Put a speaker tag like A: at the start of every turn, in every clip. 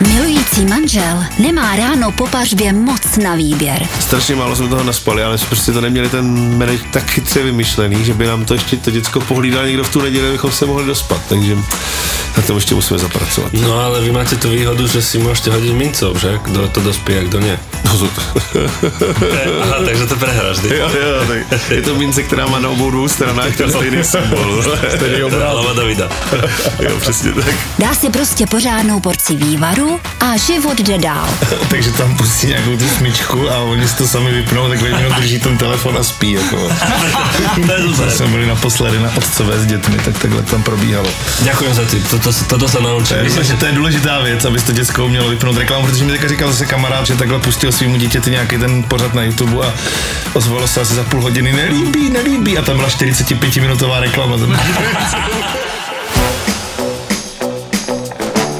A: budoucí manžel nemá ráno po pařbě moc na výběr.
B: Strašně málo jsme toho naspali, ale jsme prostě to neměli ten menej tak chytře vymyšlený, že by nám to ještě to děcko pohlídal někdo v tu neděli, abychom se mohli dospat, takže na tom ještě musíme zapracovat.
C: No ale vy máte tu výhodu, že si môžete hodiť mincov, že? Kto to dospí a kto nie.
B: Pozor.
C: Aha, takže to prehráš, ty.
B: Jo, jo, tak je to mince, která má na obou dvou stranách ten stejný symbol. Stejný
C: Hlava Davida.
B: Jo, přesně tak.
A: Dá si prostě pořádnou porci vývaru a život jde dál.
D: Takže tam pustí nějakou tu smyčku a oni si to sami vypnou, tak jenom drží ten telefon a spí. Jako.
C: To je
D: To
C: super.
D: jsme byli naposledy na otcové s dětmi, tak takhle tam probíhalo.
C: Ďakujem za tip, toto, toto sa naučím.
D: Myslím, že to je důležitá věc, aby to děcko umělo vypnout reklamu, protože mi teďka říkal zase kamarád, že takhle pustil svým dítěti nějaký ten pořad na YouTube a ozvalo se asi za půl hodiny, nelíbí, nelíbí, a tam byla 45-minutová reklama.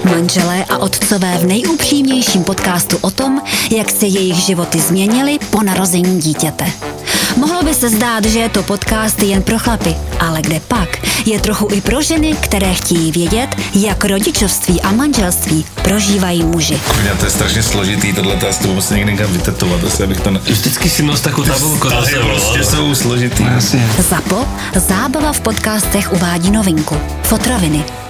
A: Manželé a otcové v nejupřímnějším podcastu o tom, jak se jejich životy změnily po narození dítěte. Mohlo by se zdát, že je to podcast jen pro chlapy, ale kde pak? Je trochu i pro ženy, které chtějí vědět, jak rodičovství a manželství prožívají muži.
D: Kurňa, to je strašně složitý, tohle to já s musím někde někam vytetovat, asi abych to ne...
C: Vždycky si nos takú tabulku za sebou.
D: prostě jsou složitý.
A: Zapo, zábava v podcastech uvádí novinku. Fotroviny,